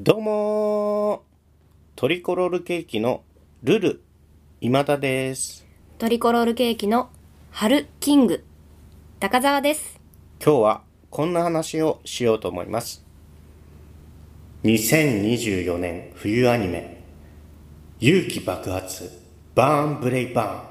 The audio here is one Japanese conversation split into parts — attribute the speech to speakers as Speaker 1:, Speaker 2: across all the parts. Speaker 1: どうもートリコロールケーキのルル今田です
Speaker 2: トリコロールケーキの春キング高澤です
Speaker 1: 今日はこんな話をしようと思います2024年冬アニメ勇気爆発バーンブレイバーン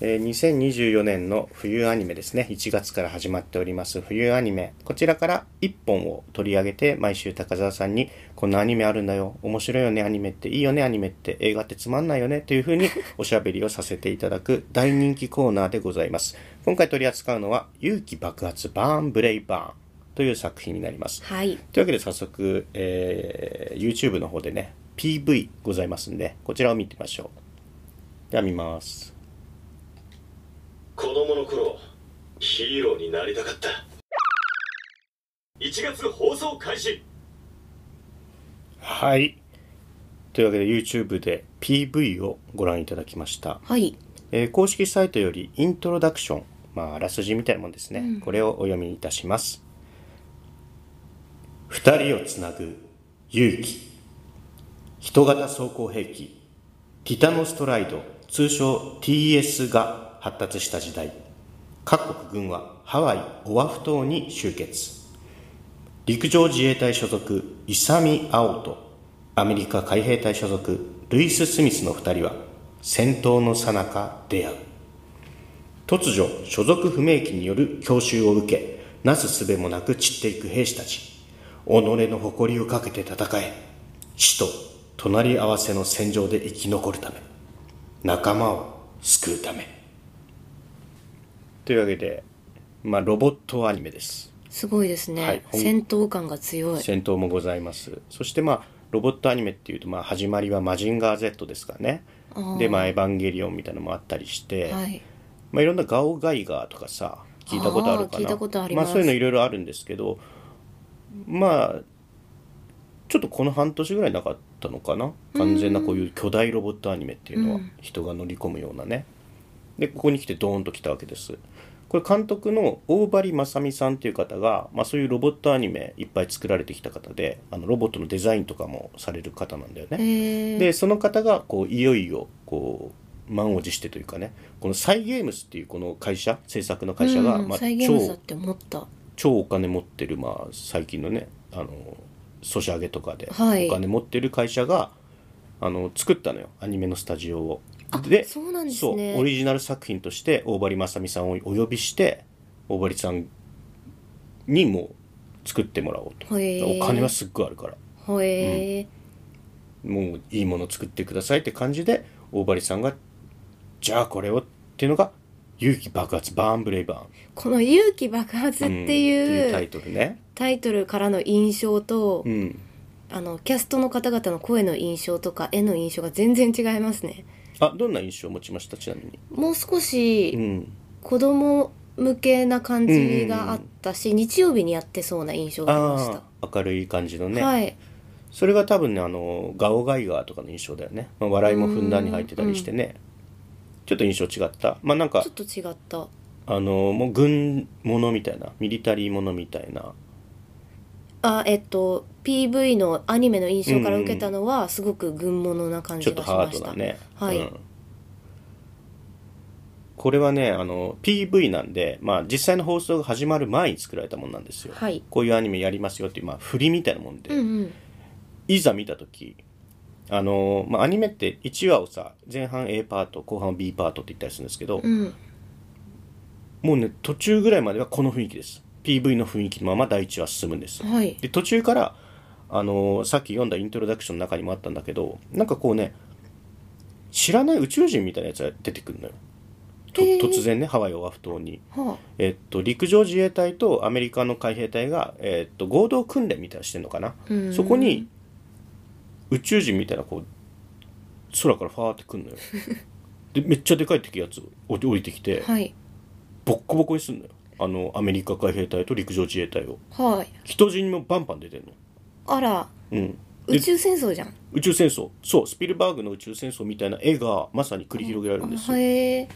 Speaker 1: えー2024年の冬アニメですね1月から始まっております冬アニメこちらから1本を取り上げて毎週高澤さんにこんなアニメあるんだよ面白いよねアニメっていいよねアニメって映画ってつまんないよねというふうにおしゃべりをさせていただく大人気コーナーでございます今回取り扱うのは勇気爆発バーンブレイバーンという作品になります
Speaker 2: はい
Speaker 1: というわけで早速、えー YouTube の方でね PV ございますんでこちらを見てみましょうでは見ます
Speaker 3: 子供の頃ヒーローになりたかった1月放送開始
Speaker 1: はいというわけで YouTube で PV をご覧いただきました、
Speaker 2: はい
Speaker 1: えー公式サイトよりイントロダクションまああらすじみたいなもんですね、これをお読みいたします二人をつなぐ勇気人型装甲兵器ティタノストライド通称 TS が発達した時代各国軍はハワイオアフ島に集結陸上自衛隊所属イサミ・アオとアメリカ海兵隊所属ルイス・スミスの2人は戦闘の最中出会う突如所属不明機による強襲を受けなすすべもなく散っていく兵士たち己の誇りをかけて戦え死と隣り合わせの戦場で生き残るため仲間を救うためというわけで、まあ、ロボットアニメです
Speaker 2: すごいですね、
Speaker 1: はいほん
Speaker 2: 戦闘感が強い
Speaker 1: 戦闘もございますそしてまあロボットアニメっていうとまあ始まりは「マジンガー Z」ですかねでまあ「エヴァンゲリオン」みたいなのもあったりして、
Speaker 2: はい
Speaker 1: まあ、いろんなガオガイガーとかさ聞いたことあるかな
Speaker 2: あー聞いたことあります
Speaker 1: あ、そういうのいろいろあるんですけどまあちょっとこの半年ぐらいなかったのかな完全なこういう巨大ロボットアニメっていうのは人が乗り込むようなね、でここに来てドーンと来たわけですこれ監督の大張正美さんっていう方が、まあ、そういうロボットアニメいっぱい作られてきた方であのロボットのデザインとかもされる方なんだよね、
Speaker 2: えー、
Speaker 1: でその方がこういよいよこう満を持してというかねこのサイ・ゲームスっていうこの会社制作の会社が、
Speaker 2: うん
Speaker 1: まあ、
Speaker 2: 再現だ
Speaker 1: 超
Speaker 2: って思った
Speaker 1: 超お金持ってる、まあ、最近のねあのソシャゲとかで、
Speaker 2: はい
Speaker 1: お金持ってる会社があの作ったのよアニメのスタジオを。
Speaker 2: あ
Speaker 1: で
Speaker 2: そうなんですね
Speaker 1: そうオリジナル作品として大張正美さんをお呼びして大張さんにもう作ってもらおうと。
Speaker 2: へー
Speaker 1: お金はすっごいあるから。
Speaker 2: ほえー
Speaker 1: もういいもの作ってくださいって感じで大張さんがじゃあこれをっていうのが「勇気爆発バーンブレイバーン」
Speaker 2: この「勇気爆発」っ
Speaker 1: うん
Speaker 2: てい
Speaker 1: タイ
Speaker 2: う
Speaker 1: トルね、
Speaker 2: タイトルからの印象と、
Speaker 1: うん、
Speaker 2: あのキャストの方々の声の印象とか絵の印象が全然違いますね
Speaker 1: あどんな印象を持ちましたちなみに、
Speaker 2: もう少し、
Speaker 1: うん、
Speaker 2: 子供向けな感じがあったし、日曜日にやってそうな印象がありまし
Speaker 1: あー明るい感じの
Speaker 2: た、
Speaker 1: ね、
Speaker 2: はい
Speaker 1: それが多分ねあのガオガイガーとかの印象だよね、まあ、笑いもふんだんに入ってたりしてね、ちょっと印象違ったまあなんか
Speaker 2: ちょっと違った
Speaker 1: あのもう軍物みたいなミリタリーものみたいな
Speaker 2: あえっと PV のアニメの印象から受けたのはすごく軍物な感
Speaker 1: ちょ
Speaker 2: じ
Speaker 1: っと
Speaker 2: がし
Speaker 1: ハー
Speaker 2: ま
Speaker 1: ド
Speaker 2: し
Speaker 1: だ
Speaker 2: た、
Speaker 1: ね。
Speaker 2: はい
Speaker 1: うんこれはね、あの、PV なんで、まあ実際の放送が始まる前に作られたものなんですよ。
Speaker 2: はい
Speaker 1: こういうアニメやりますよっていう、まあ振りみたいなもんで、
Speaker 2: うんうん
Speaker 1: いざ見たとき、あの、まあアニメって1話をさ、前半 A パート、後半 B パートって言ったりするんですけど、
Speaker 2: うん
Speaker 1: もうね、途中ぐらいまではこの雰囲気です。PV の雰囲気のまま第1話進むんです。
Speaker 2: はい
Speaker 1: で途中から、あのーさっき読んだイントロダクションの中にもあったんだけどなんかこうね知らない宇宙人みたいなやつが出てくるのよと
Speaker 2: へー
Speaker 1: 突然ねハワイオアフ島に、
Speaker 2: は
Speaker 1: えっと、陸上自衛隊とアメリカの海兵隊が、えっと、合同訓練みたいなのしてんのかな
Speaker 2: うん
Speaker 1: そこに宇宙人みたいなこう空からファーってくるのよ でめっちゃでかい敵やつお降りてきて
Speaker 2: あはい
Speaker 1: ボッコボコにすんのよあのアメリカ海兵隊と陸上自衛隊を
Speaker 2: はい
Speaker 1: 人死にもバンバン出てんの
Speaker 2: あら
Speaker 1: うんで
Speaker 2: 宇宙戦争じゃん
Speaker 1: 宇宙戦争そうスピルバーグの宇宙戦争みたいな絵がまさに繰り広げられるんですよ
Speaker 2: はえ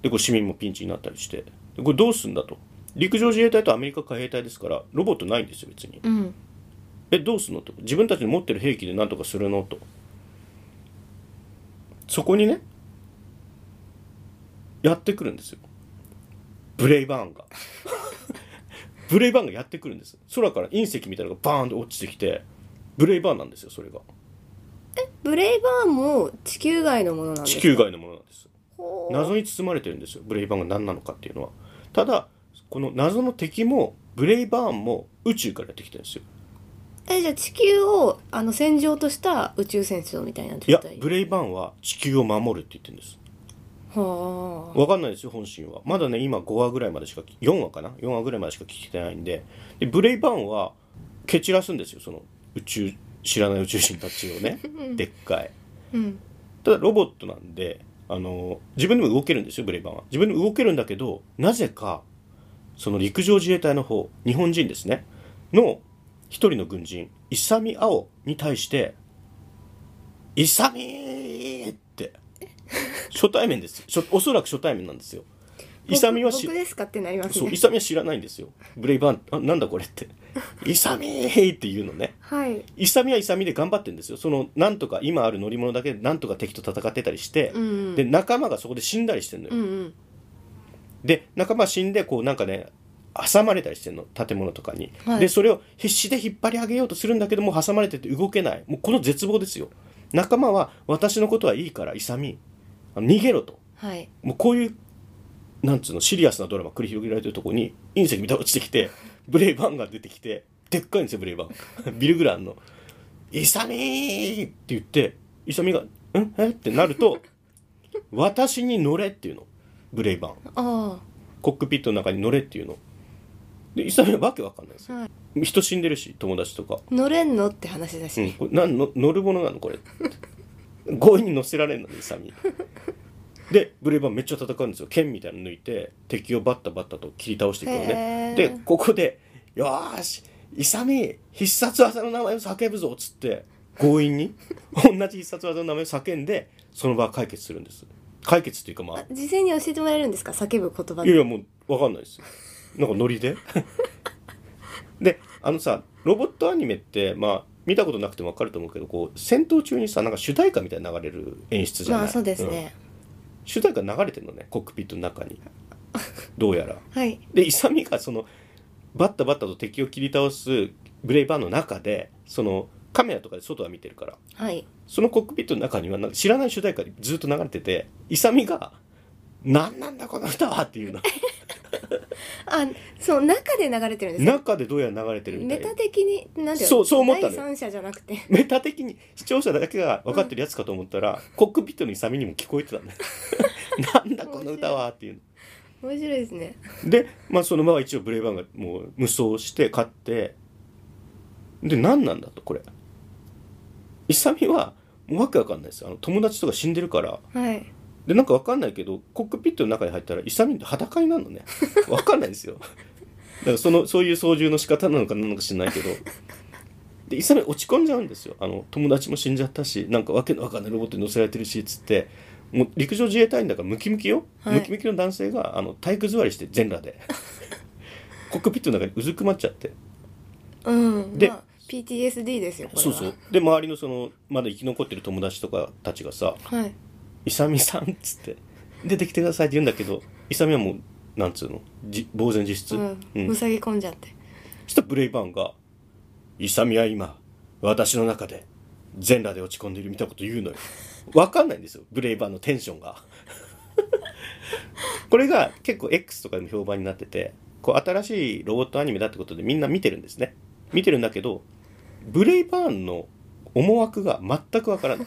Speaker 1: でこう市民もピンチになったりしてでこれどうすんだと陸上自衛隊とアメリカ海兵隊ですからロボットないんですよ別に
Speaker 2: うん
Speaker 1: えどうすんのと自分たちの持ってる兵器で何とかするのとそこにねやってくるんですよブレイバーン がブレイバーンがやってくるんです空から隕石みたいなのがバーンと落ちてきてブレイバーンなんですよそれが
Speaker 2: ブレイバーンも地球外のものなんで
Speaker 1: 地
Speaker 2: すか
Speaker 1: 球外のものなんです
Speaker 2: ほう
Speaker 1: 謎に包まれてるんですよブレイバーンが何なのかっていうのはただこの謎の敵もブレイバーンも宇宙からやってきてるんですよ
Speaker 2: えじゃあ地球をあの戦場とした宇宙戦争みたいない
Speaker 1: や
Speaker 2: 状態
Speaker 1: ブレイバーンは地球を守るって言ってるんです
Speaker 2: はあ
Speaker 1: わかんないですよ本心はまだね今5話ぐらいまでしか4話かな4話ぐらいまでしか聞けてないんででブレイバーンは蹴散らすんですよその宇宙知らない宇宙人たちを ねでっかい
Speaker 2: うん
Speaker 1: ただロボットなんであの自分でも動けるんですよブレイバーンは自分でも動けるんだけどなぜかその陸上自衛隊の方日本人ですねの一人の軍人イサミ・アオに対して「イサミー!」って初対面ですしょおそらく初対面なんですよイサミは
Speaker 2: 僕
Speaker 1: し
Speaker 2: 僕ですかってなります
Speaker 1: そうイ
Speaker 2: ね
Speaker 1: サミは知らないんですよブレイバーンあなんだこれって「イサミー!」って言うのね
Speaker 2: はい
Speaker 1: イサミはイサミで頑張ってるんですよそのなんとか今ある乗り物だけでなんとか敵と戦ってたりして、
Speaker 2: うんうん
Speaker 1: で仲間がそこで死んだりしてるのよ、
Speaker 2: うんうん
Speaker 1: で仲間死んでこうなんかね挟まれたりしてるの建物とかに、
Speaker 2: はい
Speaker 1: でそれを必死で引っ張り上げようとするんだけどもう挟まれてて動けないもうこの絶望ですよ仲間は私のことはいいからイサミあの逃げろと
Speaker 2: はい
Speaker 1: もうこういうなんつうのシリアスなドラマ繰り広げられてるとこに隕石みたいなの落ちてきてブレイバーンが出てきてでっかいんですよブレイバーン ビル・グランの「イサミー!」って言ってイサミが「んえっ?」てなると「私に乗れ」っていうのブレイバーン
Speaker 2: あ
Speaker 1: コックピットの中に乗れっていうのでイサミはわけわかんないんです
Speaker 2: あ
Speaker 1: よ
Speaker 2: はい
Speaker 1: 人死んでるし友達とか
Speaker 2: 乗れんのって話だし、
Speaker 1: うん、これなんの乗るものなのこれ強引に乗せられるのね勇みでブレイバーンめっちゃ戦うんですよ剣みたいなの抜いて敵をバッタバッタと切り倒していくの
Speaker 2: へ
Speaker 1: ね
Speaker 2: ー
Speaker 1: でここで「よーし勇必殺技の名前を叫ぶぞ」っつって強引に同じ必殺技の名前を叫んでその場は解決するんです解決っていうかまあ
Speaker 2: あ事前に教えてもらえるんですか叫ぶ言葉
Speaker 1: いやい
Speaker 2: で
Speaker 1: やもうわかんないですよなんかノリで であのさロボットアニメってまあ見たことなくてもわかると思うけどこう戦闘中にさなんか主題歌みたいに流れる演出じゃない
Speaker 2: まあそうです
Speaker 1: ん
Speaker 2: ね、
Speaker 1: 主題歌流れてるのねコックピットの中にどうやら
Speaker 2: はい
Speaker 1: で勇みがそのバッタバッタと敵を切り倒すブレイバーの中でそのカメラとかで外は見てるから
Speaker 2: はい
Speaker 1: そのコックピットの中にはなんか知らない主題歌でずっと流れてて勇が「何なんだこの歌は!」っていうの
Speaker 2: あその中で流れてるんですか
Speaker 1: 中でどうやら流れてるみた
Speaker 2: メ
Speaker 1: いな
Speaker 2: タ的になんてい
Speaker 1: そうそう思ったの
Speaker 2: 第三者じゃなくて
Speaker 1: メタ的に視聴者だけが分かってるやつかと思った ら、コックピットの勇みにも聞こえてたん だよなんだこの歌はっていう
Speaker 2: 面白いですね
Speaker 1: で、まあ、そのまま一応ブレイバーンがもう無双して勝ってで何なんだとこれ勇みはもうわけわかんないですあの友達とか死んでるから
Speaker 2: はい
Speaker 1: でなんかわかんないけどコックピットの中に入ったらイサミって裸になる のねわかんないですよだからそのそういう操縦の仕方なのか何なのか知らないけどでイサミ落ち込んじゃうんですよあの友達も死んじゃったしなんかわけのわかんないロボットに乗せられてるしっつってもう陸上自衛隊員だからムキムキよ、
Speaker 2: はい
Speaker 1: ムキムキの男性があの体育座りして全裸 でコックピットの中にうずくまっちゃって
Speaker 2: うん
Speaker 1: で
Speaker 2: まあ、PTSD ですよこれは
Speaker 1: そうそうで周りのそのまだ生き残ってる友達とかたちがさ
Speaker 2: はい
Speaker 1: イサミさんっつって出てきてくださいって言うんだけどイサミはもうなんつうのじ呆然自失、
Speaker 2: うん、
Speaker 1: うん
Speaker 2: むさぎ込んじゃって
Speaker 1: そしたらブレイバーンが「イサミは今私の中で全裸で落ち込んでいる」みたいなこと言うのよわかんないんですよブレイバーンのテンションがこれが結構 X とかでも評判になっててこう新しいロボットアニメだってことでみんな見てるんですね見てるんだけどブレイバーンの思惑が全くわからない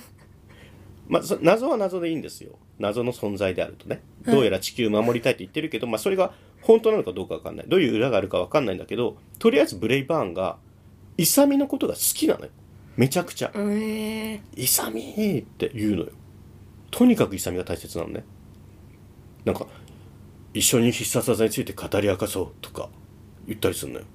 Speaker 1: まあ、そ謎は謎でいいんですよ謎の存在であるとねどうやら地球守りたいと言ってるけど、まあ、それが本当なのかどうかわかんないどういう裏があるかわかんないんだけどとりあえずブレイバーンがイサミのことが好きなのよめちゃくちゃ
Speaker 2: うんえー、
Speaker 1: 「イサミー!」って言うのよとにかくイサミが大切なのねなんか「一緒に必殺技について語り明かそう」とか言ったりするのよ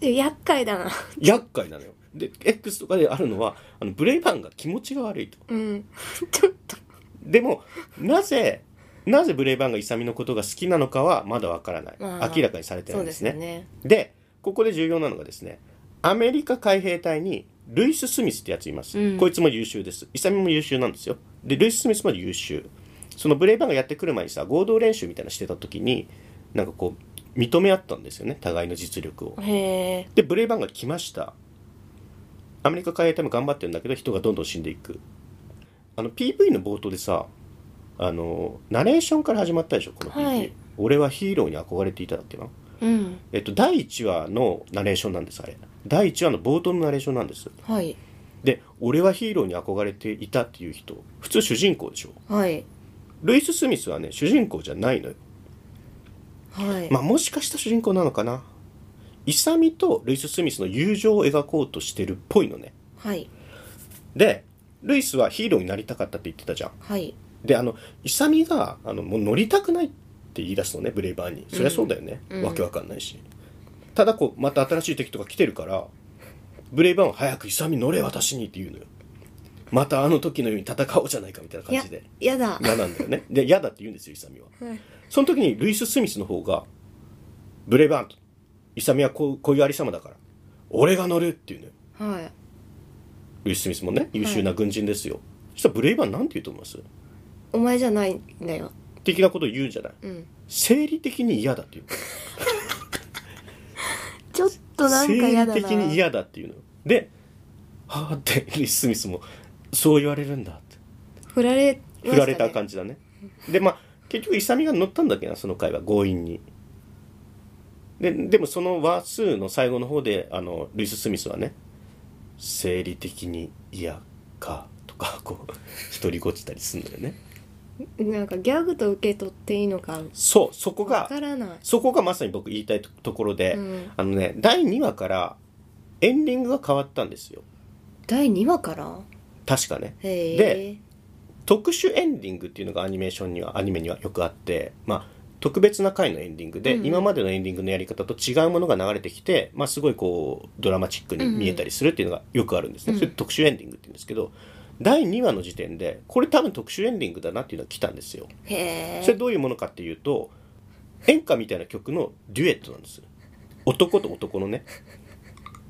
Speaker 2: でも厄介だな
Speaker 1: 厄介なのよで X とかであるのはあのブレイバーンが気持ちが悪いと
Speaker 2: うん ちょっと
Speaker 1: でもなぜなぜブレイバーンがイサミのことが好きなのかはまだわからない
Speaker 2: まあ
Speaker 1: 明らかにされてない
Speaker 2: そうん
Speaker 1: で
Speaker 2: ですすよ
Speaker 1: ね
Speaker 2: ね
Speaker 1: でここで重要なのがですねアメリカ海兵隊にルイス・スミスってやついます、
Speaker 2: うん
Speaker 1: こいつも優秀ですイサミも優秀なんですよでルイス・スミスも優秀そのブレイバーンがやってくる前にさ合同練習みたいなのしてた時になんかこう認め合ったんですよね互いの実力を
Speaker 2: へえ
Speaker 1: でブレイバーンが来ましたアメリカ海兵隊も頑張ってるんだけど人がどんどん死んでいくあの PV の冒頭でさあのナレーションから始まったでしょこの PV、
Speaker 2: はい
Speaker 1: 俺はヒーローに憧れていただっけな
Speaker 2: うん
Speaker 1: えっと、第1話のナレーションなんですあれ第1話の冒頭のナレーションなんです
Speaker 2: はい
Speaker 1: で俺はヒーローに憧れていたっていう人普通主人公でしょ
Speaker 2: はい
Speaker 1: ルイス・スミスはね主人公じゃないのよ
Speaker 2: はい、
Speaker 1: まあもしかしたら主人公なのかなイサミとルイス・スミスの友情を描こうとしてるっぽいのね
Speaker 2: はい
Speaker 1: でルイスはヒーローになりたかったって言ってたじゃん
Speaker 2: はい
Speaker 1: であのイサミがあのもう乗りたくないって言い出すのねブレイバーにそりゃそうだよね、
Speaker 2: うん
Speaker 1: わけわかんないしただこうまた新しい敵とか来てるからブレイバーは早くイサミ乗れ私にって言うのよまたあの時のように戦おうじゃないかみたいな感
Speaker 2: や
Speaker 1: じで
Speaker 2: やだ
Speaker 1: 嫌なんだよねで嫌だって言うんですよイサミは
Speaker 2: はい
Speaker 1: その時にルイス・スミスの方がブレイバーンとイサミはこうこういうありさまだから俺が乗るっていうのよ
Speaker 2: はい
Speaker 1: ルイス・スミスもね優秀な軍人ですよ、そしたらブレイバーンなんて言うと思います
Speaker 2: お前じゃないんだよ
Speaker 1: 的なこと言うんじゃない
Speaker 2: うん
Speaker 1: 生理的に嫌だっていう
Speaker 2: ちょっとなんか
Speaker 1: 生
Speaker 2: や
Speaker 1: 理
Speaker 2: だな
Speaker 1: 的に嫌だっていうので「はあ」ってリス・スミスもそう言われるんだって
Speaker 2: 振られましたね
Speaker 1: 振られた感じだねでまあ結局イサミが乗ったんだっけなその回は強引にででもその話数の最後の方であのルイス・スミスはね「生理的に嫌か」とかこう独りごちたりするんだよね
Speaker 2: なんかギャグと受け取っていいのか
Speaker 1: そうそこ
Speaker 2: わ
Speaker 1: が
Speaker 2: からない
Speaker 1: そこがまさに僕言いたいとところで、
Speaker 2: うん
Speaker 1: あのね第2話からエンディングが変わったんですよ
Speaker 2: 第2話から
Speaker 1: 確かね
Speaker 2: へえ
Speaker 1: で特殊エンディングっていうのがアニメーションにはアニメにはよくあってまあ特別な回のエンディングで、
Speaker 2: うんうん
Speaker 1: 今までのエンディングのやり方と違うものが流れてきて、まあ、すごいこうドラマチックに見えたりするっていうのがよくあるんですね、
Speaker 2: うん
Speaker 1: それ特殊エンディングって言うんですけど第2話の時点でこれ多分特殊エンディングだなっていうのが来たんですよ
Speaker 2: へえ
Speaker 1: それどういうものかっていうと演歌みたいな曲のデュエットなんです男と男のね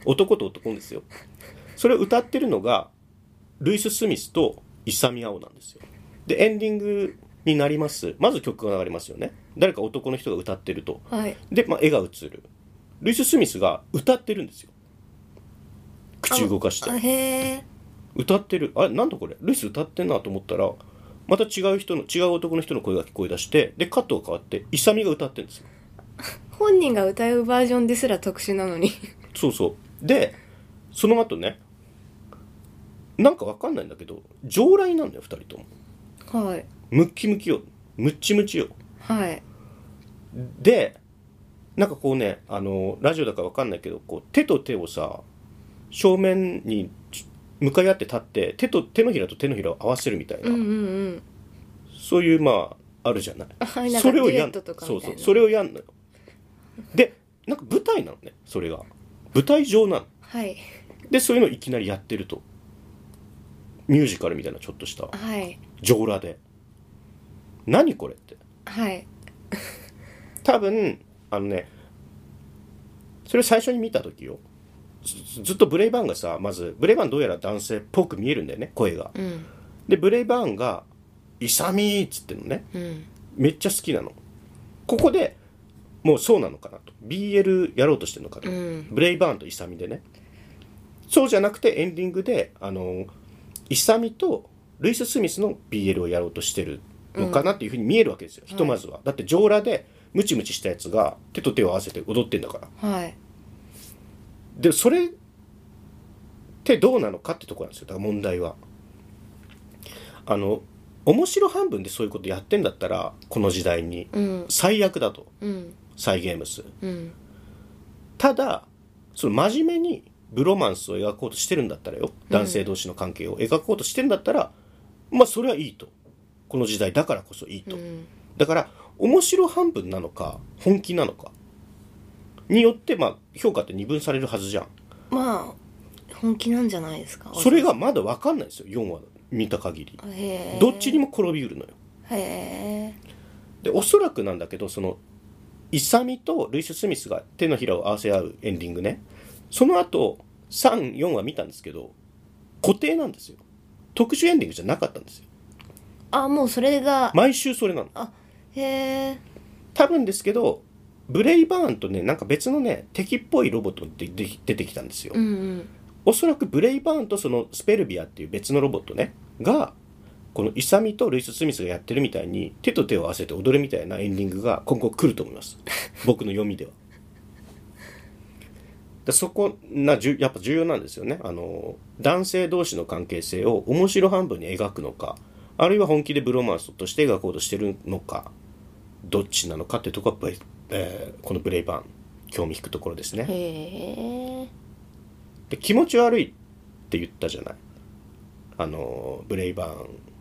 Speaker 1: 男と男のですよそれを歌ってるのがルイス・スミスとイサミ・アオなんですよでエンディングになりますまず曲が流れますよね誰か男の人が歌ってると
Speaker 2: はい
Speaker 1: で、まあ、絵が映るルイス・スミスが歌ってるんですよ口動かして
Speaker 2: あへえ
Speaker 1: 歌ってるあれなんだこれルイス歌ってんなと思ったらまた違う人の違う男の人の声が聞こえ出してでカットが変わってイサミが歌ってるんですよ
Speaker 2: 本人が歌うバージョンですら特殊なのに
Speaker 1: そうそうでその後ねなんかわかんないんだけど上来なんだよ2人とも
Speaker 2: はい
Speaker 1: ムッキムキよムッチムチよ
Speaker 2: はい
Speaker 1: でなんかこうねあのラジオだからわかんないけどこう手と手をさ正面に向かい合って立って手と手のひらと手のひらを合わせるみたいな、
Speaker 2: うんうんうん
Speaker 1: そういうまああるじゃない
Speaker 2: はいなん
Speaker 1: そ
Speaker 2: か
Speaker 1: れをや
Speaker 2: デュエ
Speaker 1: ん
Speaker 2: ットとか
Speaker 1: そ
Speaker 2: み
Speaker 1: う
Speaker 2: たいな
Speaker 1: そうそれをやんのよでなんか舞台なのねそれが舞台上なの
Speaker 2: はい
Speaker 1: でそういうのをいきなりやってるとミュージカルみたいなちょっとした
Speaker 2: はい
Speaker 1: 上裸で何これって
Speaker 2: はい
Speaker 1: 多分あのねそれを最初に見た時よずずっとブレイバーンがさまずブレイバーンどうやら男性っぽく見えるんだよね声が
Speaker 2: うん
Speaker 1: でブレイバーンが「イサミー」っつってんのね
Speaker 2: うん
Speaker 1: めっちゃ好きなのここでもうそうなのかなと BL やろうとしてるのかと、
Speaker 2: うん
Speaker 1: ブレイバーンとイサミでねそうじゃなくてエンディングであのイサミとルイス・スミスの BL をやろうとしてるのかなっていうふうに見えるわけですよ、ひとまずは、だって上裸でムチムチしたやつが手と手を合わせて踊ってんだから
Speaker 2: はい
Speaker 1: でそれってどうなのかってとこなんですよだから問題はあの面白半分でそういうことやってんだったらこの時代に
Speaker 2: うん
Speaker 1: 最悪だと
Speaker 2: うん
Speaker 1: サイ・ゲームス
Speaker 2: うん
Speaker 1: ただその真面目にブロマンスを描こうとしてるんだったらよ男性同士の関係を描こうとしてるんだったら、まあそれはいいとこの時代だからこそいいうと、
Speaker 2: ん
Speaker 1: だから面白半分なのか本気なのかによってまあ評価って二分されるはずじゃん
Speaker 2: まあ本気なんじゃないですか
Speaker 1: それがまだ分かんないですよ4話見た限り
Speaker 2: へえ
Speaker 1: どっちにも転びうるのよ
Speaker 2: へえ
Speaker 1: でおそらくなんだけどそのイサミとルイス・スミスが手のひらを合わせ合うエンディングねその後3、4は見たんですけど、固定なんですよ。特殊エンディングじゃなかったんですよ。
Speaker 2: あもうそれが、
Speaker 1: 毎週それなの。
Speaker 2: へえ
Speaker 1: 多分ですけど、ブレイバーンとね、なんか別のね、敵っぽいロボットが出て出てきたんですよ。
Speaker 2: うんうん
Speaker 1: おそらくブレイバーンとそのスペルビアっていう別のロボットね、が、このイサミとルイス・スミスがやってるみたいに、手と手を合わせて踊るみたいなエンディングが今後来ると思います。僕の読みでは。だそこな、じゅやっぱ重要なんですよね。あの、男性同士の関係性を面白半分に描くのか、あるいは本気でブロマンスとして描こうとしてるのか、どっちなのかっていうところは、えーこのブレイバーン、興味引くところですね。
Speaker 2: へえ
Speaker 1: で気持ち悪いって言ったじゃないあのブレイバ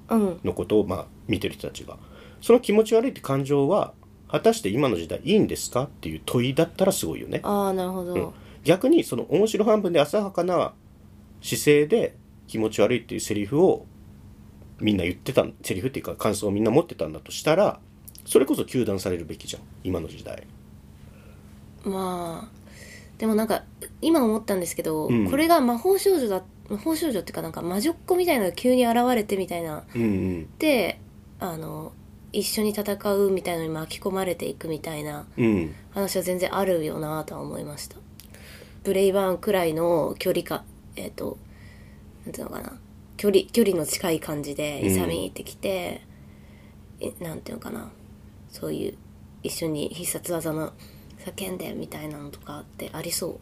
Speaker 1: ーン
Speaker 2: うん
Speaker 1: のことを、まあ、見てる人たちがその気持ち悪いって感情は果たして今の時代いいんですかっていう問いだったらすごいよね、
Speaker 2: ああなるほど、
Speaker 1: うん逆にその面白半分で浅はかな姿勢で気持ち悪いっていうセリフをみんな言ってたセリフっていうか感想をみんな持ってたんだとしたらそれこそ糾弾されるべきじゃん今の時代
Speaker 2: まあでもなんか今思ったんですけど、
Speaker 1: うん
Speaker 2: これが魔法少女だ魔法少女っていうかなんか魔女っ子みたいなのが急に現れてみたいな
Speaker 1: うんうん
Speaker 2: であの一緒に戦うみたいのに巻き込まれていくみたいな
Speaker 1: うん
Speaker 2: 話は全然あるよなとは思いましたブレイバーンくらいの距離かえっ、となんていうのかな距離距離の近い感じで
Speaker 1: うん
Speaker 2: 勇みってきて、えなんていうのかなそういう一緒に必殺技の叫んでみたいなのとかってありそうっ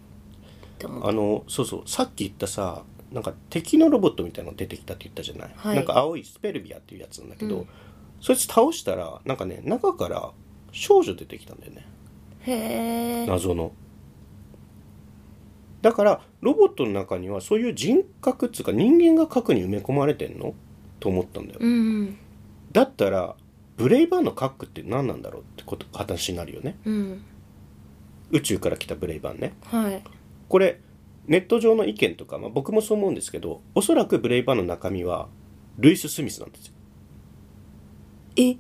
Speaker 2: て思
Speaker 1: あ
Speaker 2: う
Speaker 1: のそうそうさっき言ったさなんか敵のロボットみたいなの出てきたって言ったじゃない、
Speaker 2: はい
Speaker 1: なんか青いスペルビアっていうやつなんだけど、
Speaker 2: うん
Speaker 1: そいつ倒したらなんかね中から少女出てきたんだよね
Speaker 2: へえ
Speaker 1: 謎のだからロボットの中にはそういう人格っつうか人間が核に埋め込まれてんのと思ったんだよ、
Speaker 2: うんうん
Speaker 1: だったらブレイバーの核って何なんだろうってこと話になるよね
Speaker 2: うん
Speaker 1: 宇宙から来たブレイバーね
Speaker 2: はい
Speaker 1: これネット上の意見とか、まあ、僕もそう思うんですけどおそらくブレイバーの中身はルイス・スミスなんですよ
Speaker 2: え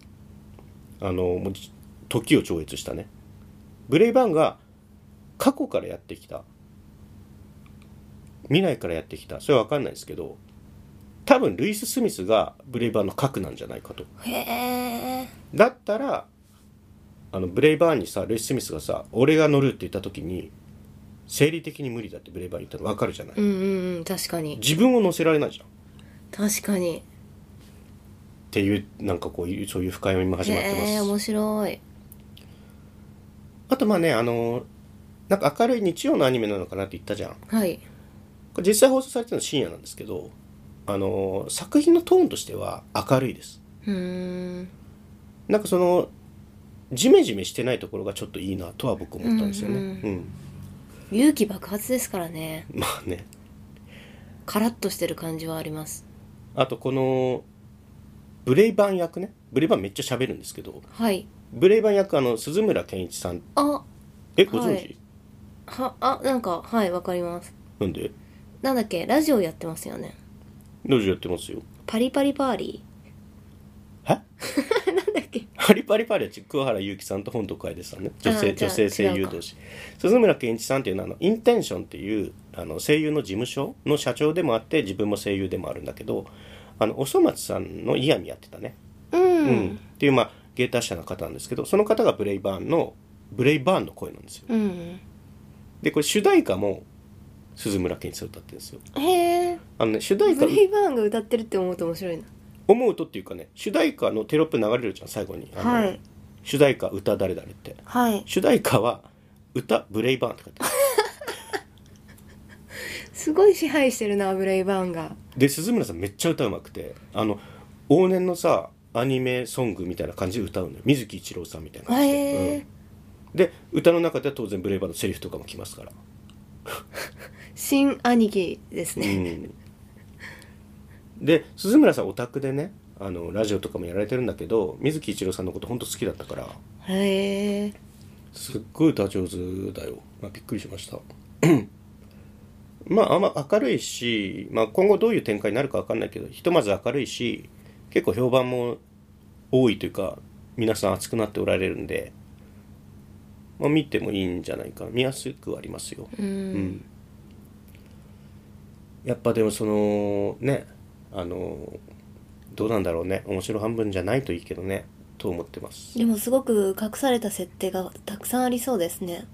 Speaker 1: あのもうじ時を超越したねブレイバーンが過去からやってきた未来からやってきたそれは分かんないですけど多分ルイス・スミスがブレイバーの核なんじゃないかと
Speaker 2: へえ
Speaker 1: だったらあのブレイバーンにさルイス・スミスがさ「俺が乗る」って言った時に生理的に無理だってブレイバーン言ったの分かるじゃない
Speaker 2: うんうんうん確かに
Speaker 1: 自分を乗せられないじゃん
Speaker 2: 確かに
Speaker 1: っていうなんかこういうそういう深読みも始まってます、
Speaker 2: へえ面白い
Speaker 1: あとまあねあのなんか明るい日曜のアニメなのかなって言ったじゃん
Speaker 2: はい
Speaker 1: これ実際放送されてるの深夜なんですけどあの作品のトーンとしては明るいです
Speaker 2: うーん
Speaker 1: なんかそのジメジメしてないところがちょっといいなとは僕思ったんですよね
Speaker 2: うんうん
Speaker 1: うん
Speaker 2: 勇気爆発ですからね
Speaker 1: まあね
Speaker 2: カラッとしてる感じはあります
Speaker 1: あとこのブレイバン役ねブレイバンめっちゃ喋るんですけど
Speaker 2: はい
Speaker 1: ブレイバン役あの鈴村健一さん
Speaker 2: あ
Speaker 1: えご存知、
Speaker 2: はいはあなんかはいわかります
Speaker 1: なんで
Speaker 2: なんだっけラジオやってますよね
Speaker 1: どうやってますよ
Speaker 2: パリパリパーリ
Speaker 1: え
Speaker 2: ー なんだっけ
Speaker 1: パリパリパリは桑原祐希さんと本徳楓さんね女
Speaker 2: あ
Speaker 1: 性
Speaker 2: じゃ
Speaker 1: 女
Speaker 2: あ
Speaker 1: 性声優同士鈴村健一さんっていうのはあのインテンションっていうあの声優の事務所の社長でもあって自分も声優でもあるんだけどあのおそ松さんのイヤミやってたね、
Speaker 2: うん、
Speaker 1: うんっていうまあ芸達者の方なんですけどその方がブレイバーンのブレイバーンの声なんですよ
Speaker 2: うん
Speaker 1: でこれ主題歌も鈴村健一さん歌ってるんですよ
Speaker 2: へえ
Speaker 1: あのね主題歌
Speaker 2: ブレイバーンが歌ってるって思うと面白いな
Speaker 1: 思うとっていうかね主題歌のテロップ流れるじゃん最後にあの、
Speaker 2: はい
Speaker 1: 主題歌歌誰々って
Speaker 2: はい
Speaker 1: 主題歌は歌ブレイバーンって書いてある
Speaker 2: すごい支配してるなブレイバーンが
Speaker 1: で鈴村さんめっちゃ歌うまくてあの往年のさアニメソングみたいな感じで歌うのよ水木一郎さんみたいな感じ
Speaker 2: へ
Speaker 1: で、
Speaker 2: え
Speaker 1: うんで歌の中では当然ブレイバーのセリフとかもきますから、
Speaker 2: 新兄貴です
Speaker 1: う
Speaker 2: ね
Speaker 1: ん、で鈴村さんオタクでねあのラジオとかもやられてるんだけど水木一郎さんのこと本当好きだったから
Speaker 2: へえ
Speaker 1: すっごい歌上手だよ、まあ、びっくりしましたまああんま明るいし、まあ、今後どういう展開になるかわかんないけどひとまず明るいし結構評判も多いというか皆さん熱くなっておられるんで、まあ、見てもいいんじゃないかな見やすくはありますよ
Speaker 2: うん
Speaker 1: やっぱでもそのねあのどうなんだろうね面白半分じゃないといいけどねと思ってます
Speaker 2: でもすごく隠された設定がたくさんありそうですね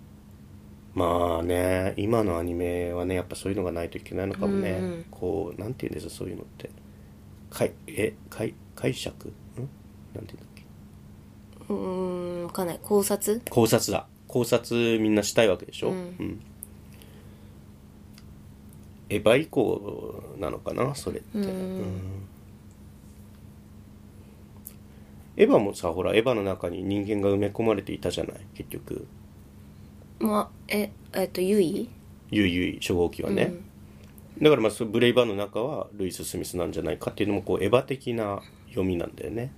Speaker 1: まあね今のアニメはねやっぱそういうのがないといけないのかもね、
Speaker 2: うんうん
Speaker 1: こうなんて言うんですかそういうのって解え解解釈んなんて言うんだっけ
Speaker 2: うーんわかんない考察
Speaker 1: 考察だ考察みんなしたいわけでしょ、
Speaker 2: うん
Speaker 1: エヴァ以降なのかなそれって、
Speaker 2: うん
Speaker 1: エヴァもさほらエヴァの中に人間が埋め込まれていたじゃない結局
Speaker 2: まあええっとユイ
Speaker 1: ゆいゆい初号機はね、だからまあそうブレイバーの中はルイス・スミスなんじゃないかっていうのもこうエヴァ的な読みなんだよね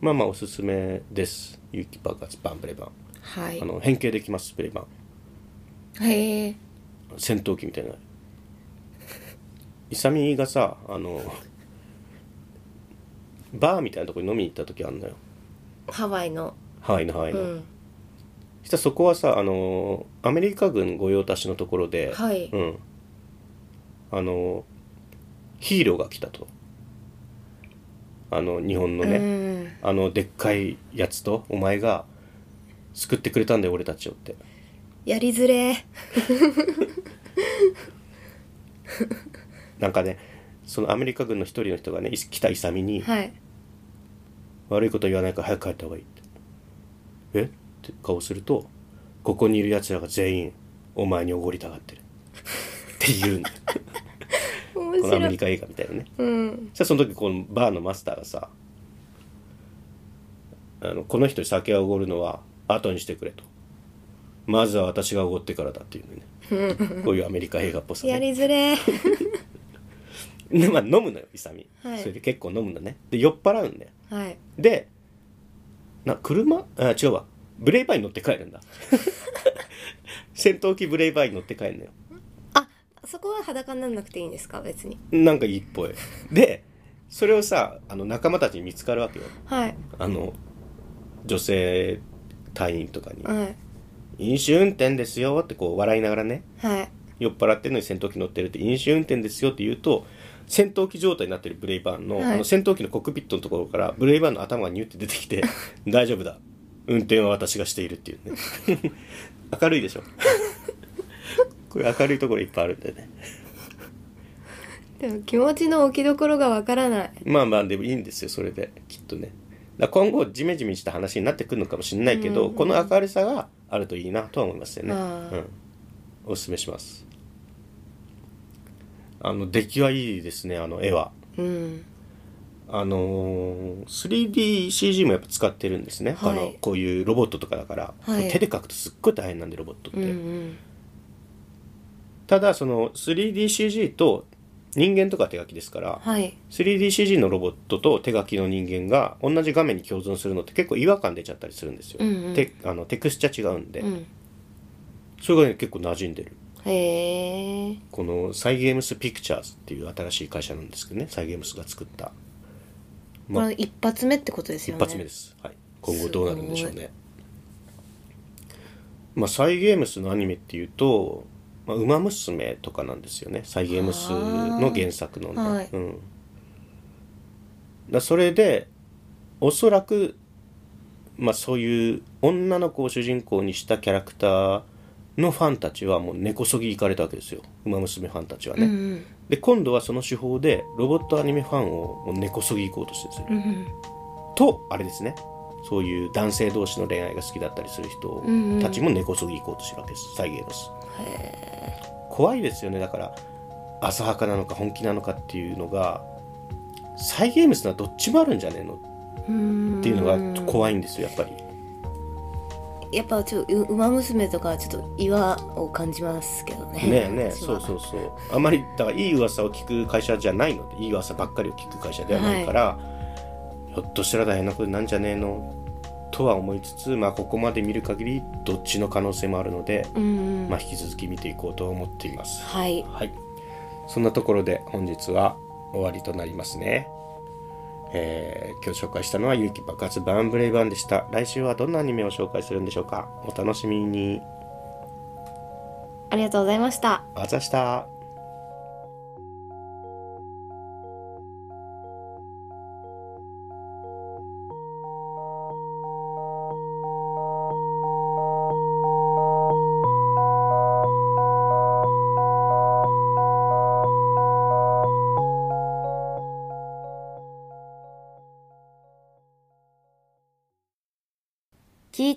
Speaker 1: まあまあおすすめです「ユキバカツバンブレバン」
Speaker 2: はい
Speaker 1: あの変形できますブレイバン
Speaker 2: へえ
Speaker 1: 戦闘機みたいなイサミがさあのバーみたいなとこに飲みに行った時あんのよ
Speaker 2: ハワイの
Speaker 1: ハワイのハワイ
Speaker 2: う
Speaker 1: の、
Speaker 2: ん
Speaker 1: そしたらそこはさあのアメリカ軍御用達のところで、
Speaker 2: はい
Speaker 1: うん、あのヒーローが来たとあの日本のね、
Speaker 2: うん
Speaker 1: あのでっかいやつとお前が救ってくれたんだよ俺たちをって
Speaker 2: やりづれー
Speaker 1: なんかねそのアメリカ軍の一人の人がねい来たイサミに、
Speaker 2: はい
Speaker 1: 悪いこと言わないから早く帰った方がいいって。えって顔すると、ここにいる奴らが全員、お前におごりたがってる。って言うんだよ。
Speaker 2: 面
Speaker 1: このアメ
Speaker 2: 白
Speaker 1: リ
Speaker 2: い
Speaker 1: カ映画みたいなね。
Speaker 2: うん
Speaker 1: そしたらその時、このバーのマスターがさ、あの、この人に酒をおごるのは後にしてくれと。まずは私がおごってからだっていう ね。こういうアメリカ映画っぽさ、ね。
Speaker 2: やりづれー
Speaker 1: で、まあ飲むのよ、イサミ。
Speaker 2: はい
Speaker 1: それで結構飲むのね。で、酔っ払うんだよ。
Speaker 2: はい
Speaker 1: でな車あ違うわブレイバーに乗って帰るん だ戦闘機ブレイバーに乗って帰るのよ
Speaker 2: あそこは裸にならなくていいんですか別に
Speaker 1: なんかいいっぽいでそれをさあの仲間たちに見つかるわけよ
Speaker 2: はい
Speaker 1: あの女性隊員とかに
Speaker 2: はい
Speaker 1: 「飲酒運転ですよ」ってこう笑いながらね
Speaker 2: はい
Speaker 1: 酔っ払ってるのに戦闘機乗ってるって飲酒運転ですよって言うと戦闘機状態になってるブレイバーンの,、
Speaker 2: はい
Speaker 1: あの戦闘機のコックピットのところからブレイバーンの頭がニュって出てき て「大丈夫だ運転は私がしている」っていうね 明るいでしょ これ明るいところいっぱいあるんだよね
Speaker 2: でも気持ちの置きどころがわからない
Speaker 1: まあまあでもいいんですよそれできっとねだから今後ジメジメした話になってくるのかもしれないけど、
Speaker 2: うん
Speaker 1: この明るさがあるといいなとは思いますよね、
Speaker 2: あ
Speaker 1: う
Speaker 2: ー
Speaker 1: ん、おすすめしますあの出来はいいですねあの絵は
Speaker 2: うん
Speaker 1: あのー 3DCG もやっぱ使ってるんですね、
Speaker 2: はい
Speaker 1: あのこういうロボットとかだから、
Speaker 2: はい
Speaker 1: 手で描くとすっごい大変なんでロボットって、
Speaker 2: うんうん
Speaker 1: ただその 3DCG と人間とか手書きですから、
Speaker 2: はい
Speaker 1: 3DCG のロボットと手書きの人間が同じ画面に共存するのって結構違和感出ちゃったりするんですよ、
Speaker 2: うんうん
Speaker 1: テあのテクスチャ違うんで、
Speaker 2: うん
Speaker 1: それが、ね、結構馴染んでる
Speaker 2: へえ
Speaker 1: このサイゲームスピクチャーズっていう新しい会社なんですけどねサイゲームスが作った、
Speaker 2: こ
Speaker 1: まあ
Speaker 2: れ一発目ってことですよ
Speaker 1: 一
Speaker 2: ね
Speaker 1: 発目です、はい、今後どうなるんでしょうねまあサイ・ゲームスのアニメっていうと「まあ、ウマ娘」とかなんですよねサイ・ゲームスの原作のね、
Speaker 2: あーはい
Speaker 1: うん、だそれでおそらく、まあ、そういう女の子を主人公にしたキャラクターのファンたちはもう根こそぎ行かれたわけですよウマ娘ファンたちはね、
Speaker 2: うんうん
Speaker 1: で今度はその手法でロボットアニメファンをもう根こそぎ行こうとしてるんですよ
Speaker 2: うんうん
Speaker 1: とあれですねそういう男性同士の恋愛が好きだったりする人
Speaker 2: うんうん
Speaker 1: たちも根こそぎ行こうとしてるわけです再現です怖いですよねだから浅はかなのか本気なのかっていうのがサイ・ゲームスならどっちもあるんじゃねえの
Speaker 2: うん
Speaker 1: っていうのが怖いんですよやっぱり
Speaker 2: やっぱちょっとう「ウマ娘」とかはちょっと岩を感じますけどね
Speaker 1: ねえねえ
Speaker 2: 私
Speaker 1: そ
Speaker 2: は
Speaker 1: うそうそうあまりだからいい噂を聞く会社じゃないのでいい噂ばっかりを聞く会社ではないから、ひょっとしたら大変なことになんじゃねえのとは思いつつまあここまで見る限りどっちの可能性もあるので
Speaker 2: うんうん
Speaker 1: まあ、引き続き見ていこうと思っています。
Speaker 2: はい
Speaker 1: はい。そんなところで本日は終わりとなりますね。えー今日紹介したのは勇気爆発バーンブレイバーンでした。来週はどんなアニメを紹介するんでしょうか。お楽しみに。
Speaker 2: ありがとうございました
Speaker 1: あざした。
Speaker 2: 聞い